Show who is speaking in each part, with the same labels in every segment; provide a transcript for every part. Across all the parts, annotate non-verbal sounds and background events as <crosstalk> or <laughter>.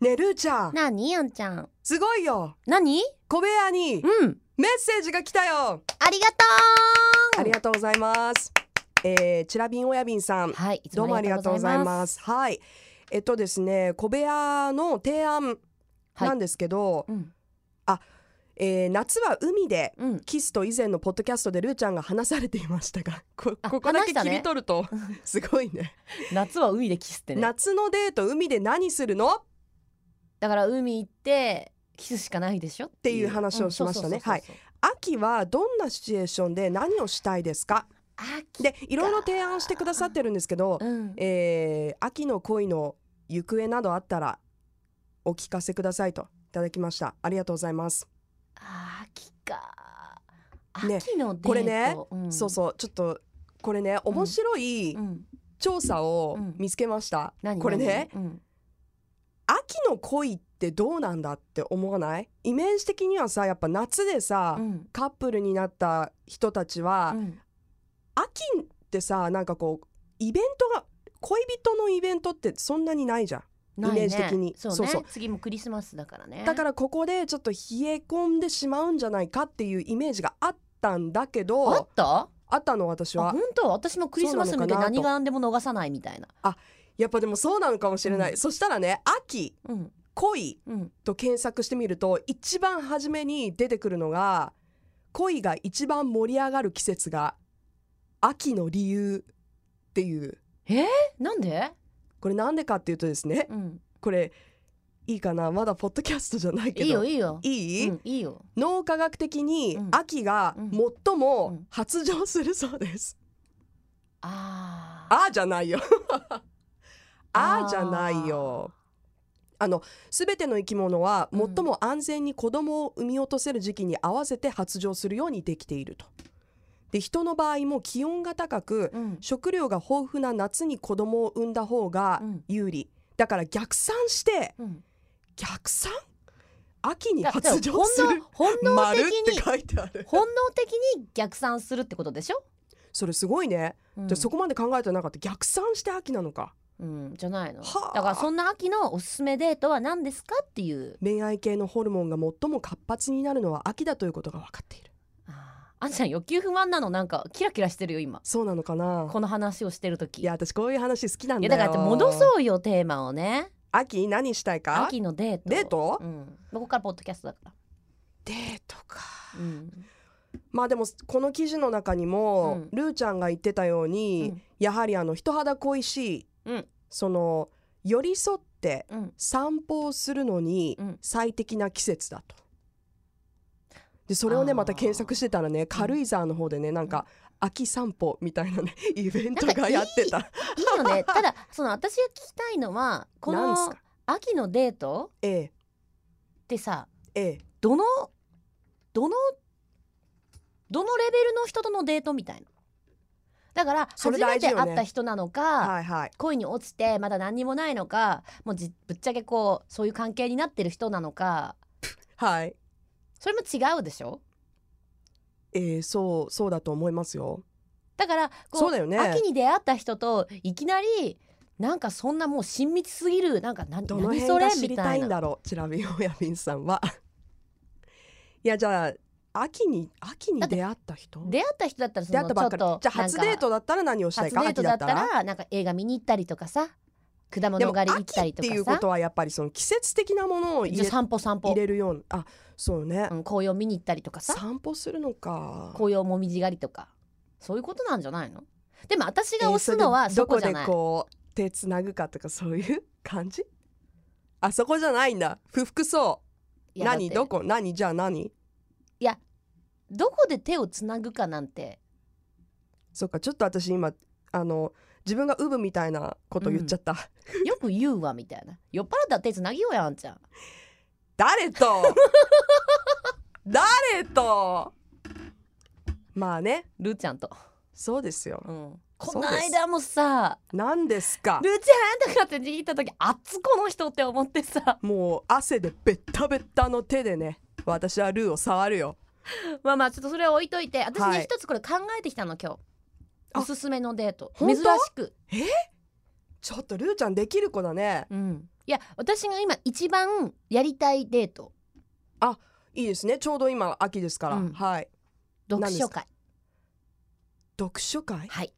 Speaker 1: ねるーちゃん
Speaker 2: なにあんちゃん。
Speaker 1: すごいよ
Speaker 2: なに
Speaker 1: 小部屋に
Speaker 2: うん。
Speaker 1: メッセージが来たよ
Speaker 2: ありがとう
Speaker 1: ありがとうございますえー、チラビン親便さん
Speaker 2: はい。いつ。
Speaker 1: どうもありがとうございますすはいえっとですね小部屋の提案
Speaker 2: はい
Speaker 1: なんですけど、
Speaker 2: うん。
Speaker 1: えー夏は海で
Speaker 2: うん。
Speaker 1: キスと以前のポッドキャストでルーちゃんが話されていましたが <laughs> こ
Speaker 2: あ
Speaker 1: ここだ
Speaker 2: 話
Speaker 1: け
Speaker 2: した
Speaker 1: 切
Speaker 2: ね
Speaker 1: り取る
Speaker 2: <laughs>
Speaker 1: と、すごいね
Speaker 2: 夏は海でキスってね。
Speaker 1: 夏のデート海で何するのっ
Speaker 2: だから海行ってキスしかないでしょって
Speaker 1: いう話をしましたねはい。秋はどんなシチュエーションで何をしたいですか
Speaker 2: 秋。
Speaker 1: でいろいろ提案してくださってるんですけど、
Speaker 2: うん。
Speaker 1: えー秋の恋の行方などあったらお聞かせくださいといただきましたありがとうございます、
Speaker 2: あー秋か。
Speaker 1: ね
Speaker 2: 秋のデート。
Speaker 1: これね
Speaker 2: ん
Speaker 1: そうそうちょっとこれね面白い
Speaker 2: うん。
Speaker 1: 調査を
Speaker 2: うん
Speaker 1: 見つけました、
Speaker 2: 何
Speaker 1: これね。
Speaker 2: 何うん
Speaker 1: 秋の恋ってどうなんだって思わないイメージ的にはさやっぱ夏でさ、
Speaker 2: うん。
Speaker 1: カップルになった人たちは、
Speaker 2: うん
Speaker 1: 秋ってさなんかこうイベントが恋人のイベントってそんなにないじゃん
Speaker 2: ない
Speaker 1: イメ
Speaker 2: ね
Speaker 1: ージ的に
Speaker 2: そう
Speaker 1: そう
Speaker 2: ね
Speaker 1: そう。
Speaker 2: 次もクリスマスだからね。
Speaker 1: だからここでちょっと冷え込んでしまうんじゃないかっていうイメージがあったんだけど
Speaker 2: あ
Speaker 1: あ
Speaker 2: った？
Speaker 1: ったの私
Speaker 2: あ
Speaker 1: は
Speaker 2: 本当私もクリスマス
Speaker 1: そ
Speaker 2: 見て
Speaker 1: うなのかなと
Speaker 2: 何が何でも逃さないみたいな。
Speaker 1: やっぱでもそうなのかもしれない、
Speaker 2: うん
Speaker 1: そしたらね秋
Speaker 2: うん
Speaker 1: 恋
Speaker 2: うん。
Speaker 1: と検索してみると一番初めに出てくるのが恋が一番盛り上がる季節が秋の理由っていう
Speaker 2: なんで？
Speaker 1: これなんでかっていうとですね
Speaker 2: うん。
Speaker 1: これいいかなまだポッドキャストじゃないけ
Speaker 2: い
Speaker 1: ど
Speaker 2: いよいいよ。
Speaker 1: いい
Speaker 2: うんいいよ。
Speaker 1: 脳科学的に
Speaker 2: うん
Speaker 1: 秋が最も発情するそうです、
Speaker 2: ああ。
Speaker 1: あーじゃない
Speaker 2: <laughs>
Speaker 1: よあーじゃないよあの全ての生き物は
Speaker 2: うん
Speaker 1: 最も安全に子供を産み落とせる時期に合わせて発情するようにできているとで人の場合も気温が高く
Speaker 2: うん。
Speaker 1: 食料が豊富な夏に子供を産んだ方が
Speaker 2: うん
Speaker 1: 有利、だから逆算して
Speaker 2: うん。
Speaker 1: 逆算秋に
Speaker 2: だだから
Speaker 1: 発情する
Speaker 2: 本能本能
Speaker 1: 丸っ
Speaker 2: 的
Speaker 1: て
Speaker 2: に
Speaker 1: 書いてある
Speaker 2: 本能的に逆算するってことでしょ？
Speaker 1: それすごいね、
Speaker 2: うん
Speaker 1: じゃあそこまで考えてなかった逆算して秋なのか
Speaker 2: うんじゃないの。だ
Speaker 1: はあ
Speaker 2: からそんな秋のおすすめデートは何ですかっていう。
Speaker 1: 恋愛系のホルモンが最も活発になるのは秋だということが分かっている
Speaker 2: あーあんちゃん欲求不満なのなんかキラキラしてるよ今。
Speaker 1: そうなのかな
Speaker 2: この話をしてる時。
Speaker 1: いや私こういう話好きなん
Speaker 2: い
Speaker 1: だ
Speaker 2: や
Speaker 1: よ
Speaker 2: だからだって戻そうよテーマをね
Speaker 1: 秋何したいか
Speaker 2: 秋のデート
Speaker 1: デート
Speaker 2: うん、ここからポッドキャストだから、
Speaker 1: デートか
Speaker 2: うん、
Speaker 1: まあでもこの記事の中にも、
Speaker 2: う
Speaker 1: ルーちゃんが言ってたように、
Speaker 2: うん
Speaker 1: やはりあの人肌恋しい、
Speaker 2: うん
Speaker 1: その寄り添って
Speaker 2: うん
Speaker 1: 散歩をするのに
Speaker 2: うん
Speaker 1: 最適な季節だと。でそれをね
Speaker 2: あー
Speaker 1: また検索してたらね軽井沢の方でねなんか秋散歩みたいなね <laughs> イベントがやってた。
Speaker 2: いいよね <laughs> ただその私が聞きたいのはこ
Speaker 1: なんす
Speaker 2: の
Speaker 1: か
Speaker 2: 秋のデート
Speaker 1: ええ
Speaker 2: ってさ
Speaker 1: ええ、
Speaker 2: どのどのどのレベルの人とのデートみたいなだから
Speaker 1: そ
Speaker 2: 初
Speaker 1: れ
Speaker 2: め
Speaker 1: 大事
Speaker 2: て
Speaker 1: よね
Speaker 2: 会った人なのか、
Speaker 1: はいはい
Speaker 2: 恋に落ちてまだ何にもないのかもうじぶっちゃけこうそういう関係になってる人なのか
Speaker 1: はい。
Speaker 2: それも違うでしょ
Speaker 1: ええ、そうそうだと思いますよ。
Speaker 2: だからこ
Speaker 1: そうだよね
Speaker 2: 秋に出会った人といきなりなんかそんなもう親密すぎるなんか何
Speaker 1: どの
Speaker 2: 何
Speaker 1: 辺
Speaker 2: それ
Speaker 1: が知
Speaker 2: み
Speaker 1: り
Speaker 2: た
Speaker 1: たい
Speaker 2: い
Speaker 1: ん
Speaker 2: な
Speaker 1: だろうチラビオヤビンさんは。 <laughs> いやじゃあ秋に秋に
Speaker 2: だって
Speaker 1: 出会った人
Speaker 2: 出会った人だったらそ
Speaker 1: 出
Speaker 2: の
Speaker 1: 会ったばっか
Speaker 2: ちょ
Speaker 1: り
Speaker 2: っと
Speaker 1: じゃあ初
Speaker 2: なんか
Speaker 1: デートだったら何をしたい
Speaker 2: 初
Speaker 1: か
Speaker 2: デー
Speaker 1: 秋
Speaker 2: ト
Speaker 1: だ
Speaker 2: だ
Speaker 1: っ
Speaker 2: ったた
Speaker 1: ら
Speaker 2: らなんか映画見に行ったりとかさ果
Speaker 1: で
Speaker 2: 物
Speaker 1: も
Speaker 2: 狩り行っ
Speaker 1: 秋
Speaker 2: た
Speaker 1: っ
Speaker 2: りと
Speaker 1: ていうこ
Speaker 2: かさ
Speaker 1: とはやっぱりその季節的なものを入
Speaker 2: じゃあ
Speaker 1: れ
Speaker 2: 散歩散歩
Speaker 1: 入、れるようなあそうね、
Speaker 2: うん、紅葉見に行ったりとかさ
Speaker 1: 散歩するのか
Speaker 2: 紅葉もみじ狩りとかそういうことなんじゃないのでも私
Speaker 1: え
Speaker 2: が
Speaker 1: ー
Speaker 2: 押すのは
Speaker 1: れで
Speaker 2: そこじゃない、
Speaker 1: どこでこう手つなぐかとかそういう感じあそこじゃないんだ不服そう
Speaker 2: いやだって
Speaker 1: 何どこ何じゃあ何
Speaker 2: どこで手をつなぐかなんて
Speaker 1: そっかちょっと私今あの自分がウブみたいなこと言っちゃった、
Speaker 2: よく言うわみたいな酔っ払ったら手つなぎようやあんちゃん
Speaker 1: 誰
Speaker 2: <laughs>
Speaker 1: と誰とまあね
Speaker 2: ルーちゃんと
Speaker 1: そうですよ
Speaker 2: うん
Speaker 1: そ
Speaker 2: こ
Speaker 1: うで
Speaker 2: の
Speaker 1: す
Speaker 2: 間もさ
Speaker 1: 何ですか
Speaker 2: ルーちゃんとかって握った時あっつこの人って思ってさ
Speaker 1: もう汗でベッタベッタの手でね私はルーを触るよ
Speaker 2: まあまあちょっとそれは置いといて私
Speaker 1: はい
Speaker 2: ね一つこれ考えてきたの今
Speaker 1: あ
Speaker 2: 日おすすめのデート
Speaker 1: 本
Speaker 2: 珍
Speaker 1: 当
Speaker 2: しく、
Speaker 1: ちょっとルーちゃんできる子だね
Speaker 2: うん、いや私が今一番やりたいデート
Speaker 1: いいですねちょうど今秋ですから、
Speaker 2: うん
Speaker 1: はい
Speaker 2: 読書会
Speaker 1: 読書会
Speaker 2: はい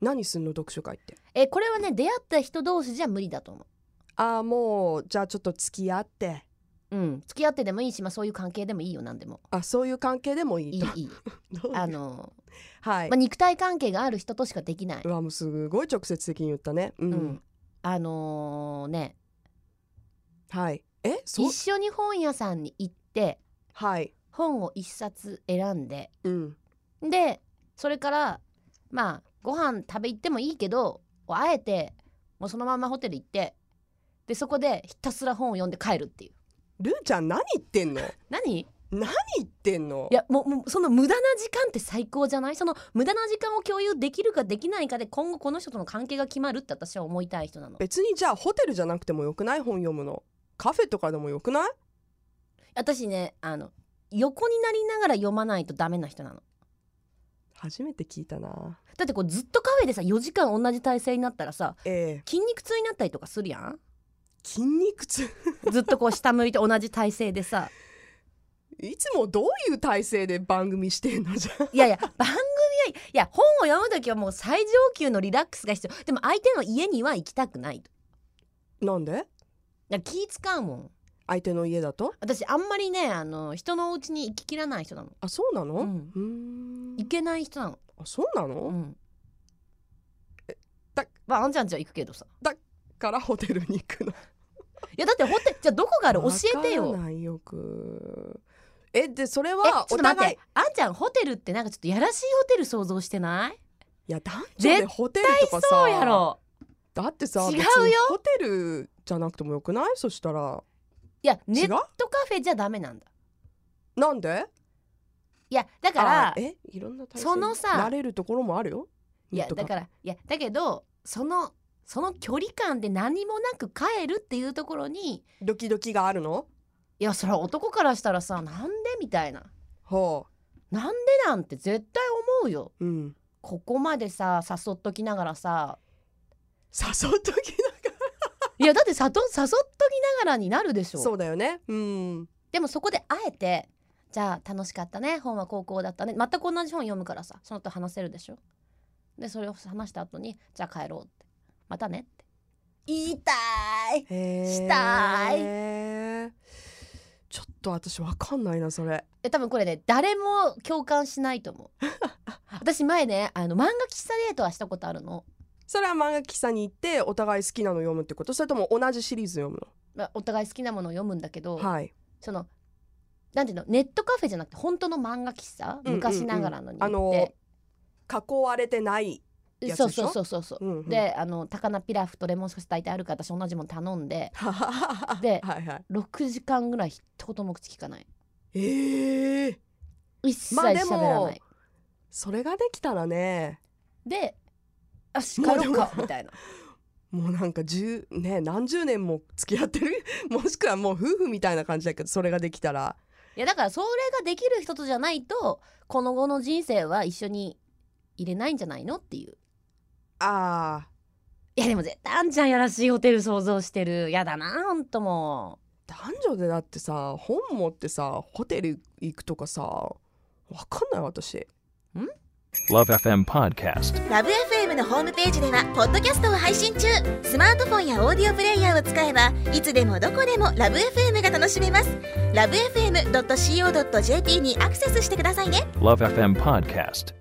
Speaker 1: 何すんの読書会って
Speaker 2: えこれはね出会った人同士じゃ無理だと思
Speaker 1: ああもうじゃあちょっと付き合って
Speaker 2: ううん付き合ってでもいいしまあそういう関係でもいいよ何でも
Speaker 1: あそういう関係でもい
Speaker 2: い
Speaker 1: い
Speaker 2: い
Speaker 1: と
Speaker 2: いい
Speaker 1: どう
Speaker 2: あの、
Speaker 1: <laughs> はい、、
Speaker 2: まあ、肉体関係がある人としかできないう
Speaker 1: わもうすごい直接的に言ったねうん、
Speaker 2: うん、あのーね
Speaker 1: はいえそう
Speaker 2: 一緒に本屋さんに行って
Speaker 1: はい
Speaker 2: 本を一冊選んで
Speaker 1: うん
Speaker 2: でそれからまあご飯食べ行ってもいいけどあえてもうそのままホテル行ってでそこでひたすら本を読んで帰るっていう
Speaker 1: ルーちゃん何言ってんの
Speaker 2: 何い
Speaker 1: 何言ってんの
Speaker 2: やもうもうその無駄な時間って最高じゃないその無駄な時間を共有できるかできないかで今後この人との関係が決まるって私は思いたい人なの
Speaker 1: 別にじゃあホテルじゃなくてもよくない本読むのカフェとかでもよくない
Speaker 2: 私ねあの横になりながら読まないとダメな人なの
Speaker 1: 初めて聞いたな
Speaker 2: だってこうずっとカフェでさ4時間同じ体勢になったらさ
Speaker 1: ええ
Speaker 2: 筋肉痛になったりとかするやん
Speaker 1: 筋肉痛
Speaker 2: ずっとこう下向いて同じ体勢でさ
Speaker 1: いつもどういう体勢で番組してんのじゃあ
Speaker 2: いやいや <laughs> 番組はいや本を読む時はもう最上級のリラックスが必要でも相手の家には行きたくないと
Speaker 1: なんで
Speaker 2: だから気使うもん
Speaker 1: 相手の家だと
Speaker 2: 私あんまりねあの人のお家に行ききらない人なの
Speaker 1: あそうなの
Speaker 2: う
Speaker 1: うんーん
Speaker 2: 行けない人なの
Speaker 1: あそうなの、
Speaker 2: うん
Speaker 1: だ
Speaker 2: まああんちゃんちは行くけどさ
Speaker 1: からホテルに行くの
Speaker 2: いやだってホテルじゃあどこがある教えて
Speaker 1: わか
Speaker 2: よ
Speaker 1: らないよくえでそれ
Speaker 2: え
Speaker 1: は
Speaker 2: ちょ
Speaker 1: お
Speaker 2: っと待っ
Speaker 1: 互い
Speaker 2: てあんちゃんホテルってなんかちょっとやらしいホテル想像してない
Speaker 1: いや男女でホテルとかさ
Speaker 2: そうやろ
Speaker 1: だってさ
Speaker 2: 違うよ
Speaker 1: 別にホテルじゃなくてもよくないそしたら
Speaker 2: いやネ
Speaker 1: 違
Speaker 2: ッ
Speaker 1: う
Speaker 2: トカフェじゃダメなんだ
Speaker 1: なんで
Speaker 2: いやだか
Speaker 1: あ
Speaker 2: ら
Speaker 1: えいろんな体勢
Speaker 2: そのさ
Speaker 1: 慣れるところもあるよ
Speaker 2: いや
Speaker 1: ネット
Speaker 2: だ
Speaker 1: カフェ
Speaker 2: からいやだけどそのその距離感で何もなく帰るっていうところに
Speaker 1: ドキドキがあるの
Speaker 2: いやそれは男からしたらさなんでみたいな
Speaker 1: ほ
Speaker 2: なんでなんて絶対思うよ
Speaker 1: ううん
Speaker 2: ここまでさ誘っときながらさ
Speaker 1: 誘う時なんか
Speaker 2: いやだってさと <laughs> 誘っときながらになるでしょ
Speaker 1: そうだよねうん
Speaker 2: でもそこであえてじゃあ楽しかったね本は高校だったね全く同じ本読むからさそのと話せるでしょでそれを話した後にじゃあ帰ろうってまたねって言いたい
Speaker 1: へー
Speaker 2: した
Speaker 1: ちょっと私わかんないなそれ
Speaker 2: え多分これね誰も共感しない
Speaker 1: <laughs>
Speaker 2: と思う私前ねあの漫画喫茶デートはしたことあるの、
Speaker 1: それは漫画喫茶に行ってお互い好きなの読むってことそれとも同じシリーズ読む
Speaker 2: まあ、お互い好きなものを読むんだけど、
Speaker 1: のはい
Speaker 2: そのなんていうのネットカフェじゃなくて本当の漫画喫茶
Speaker 1: うんうんうん
Speaker 2: 昔ながらのに行
Speaker 1: あ
Speaker 2: っ
Speaker 1: の
Speaker 2: て、
Speaker 1: 囲われてない、やつ
Speaker 2: そう
Speaker 1: でし
Speaker 2: そ
Speaker 1: ょ
Speaker 2: うそうそうそう、
Speaker 1: うんうん、 <laughs>
Speaker 2: であの高菜ピラフとレモンスカッシュ大体あるから私同じもん頼んでで
Speaker 1: はいはい
Speaker 2: 6時間ぐらい一言も口聞かない
Speaker 1: えー、
Speaker 2: 一切
Speaker 1: まあでも
Speaker 2: 喋らない、
Speaker 1: それができたらね
Speaker 2: で「あ叱ろう
Speaker 1: まあで」
Speaker 2: か
Speaker 1: も
Speaker 2: みたいな
Speaker 1: もうなんか10ね何十年も付き合ってる <laughs> もしくはもう夫婦みたいな感じだけどそれができたら
Speaker 2: いやだからそれができる人とじゃないとこの後の人生は一緒に入れないんじゃないのっていう
Speaker 1: あ
Speaker 2: いやでも絶対あんちゃんやらしいホテル想像してるやだなほんとも
Speaker 1: ー男女でだってさ本持ってさホテル行くとかさわかんない私
Speaker 3: Love FM Podcast.
Speaker 4: ラブ f m のホームページではポッドキャストを配信中スマートフォンやオーディオプレイヤーを使えばいつでもどこでもラブ f m が楽しめますラブ FM.co.jp にアクセスしてくださいね
Speaker 3: Love FM Podcast.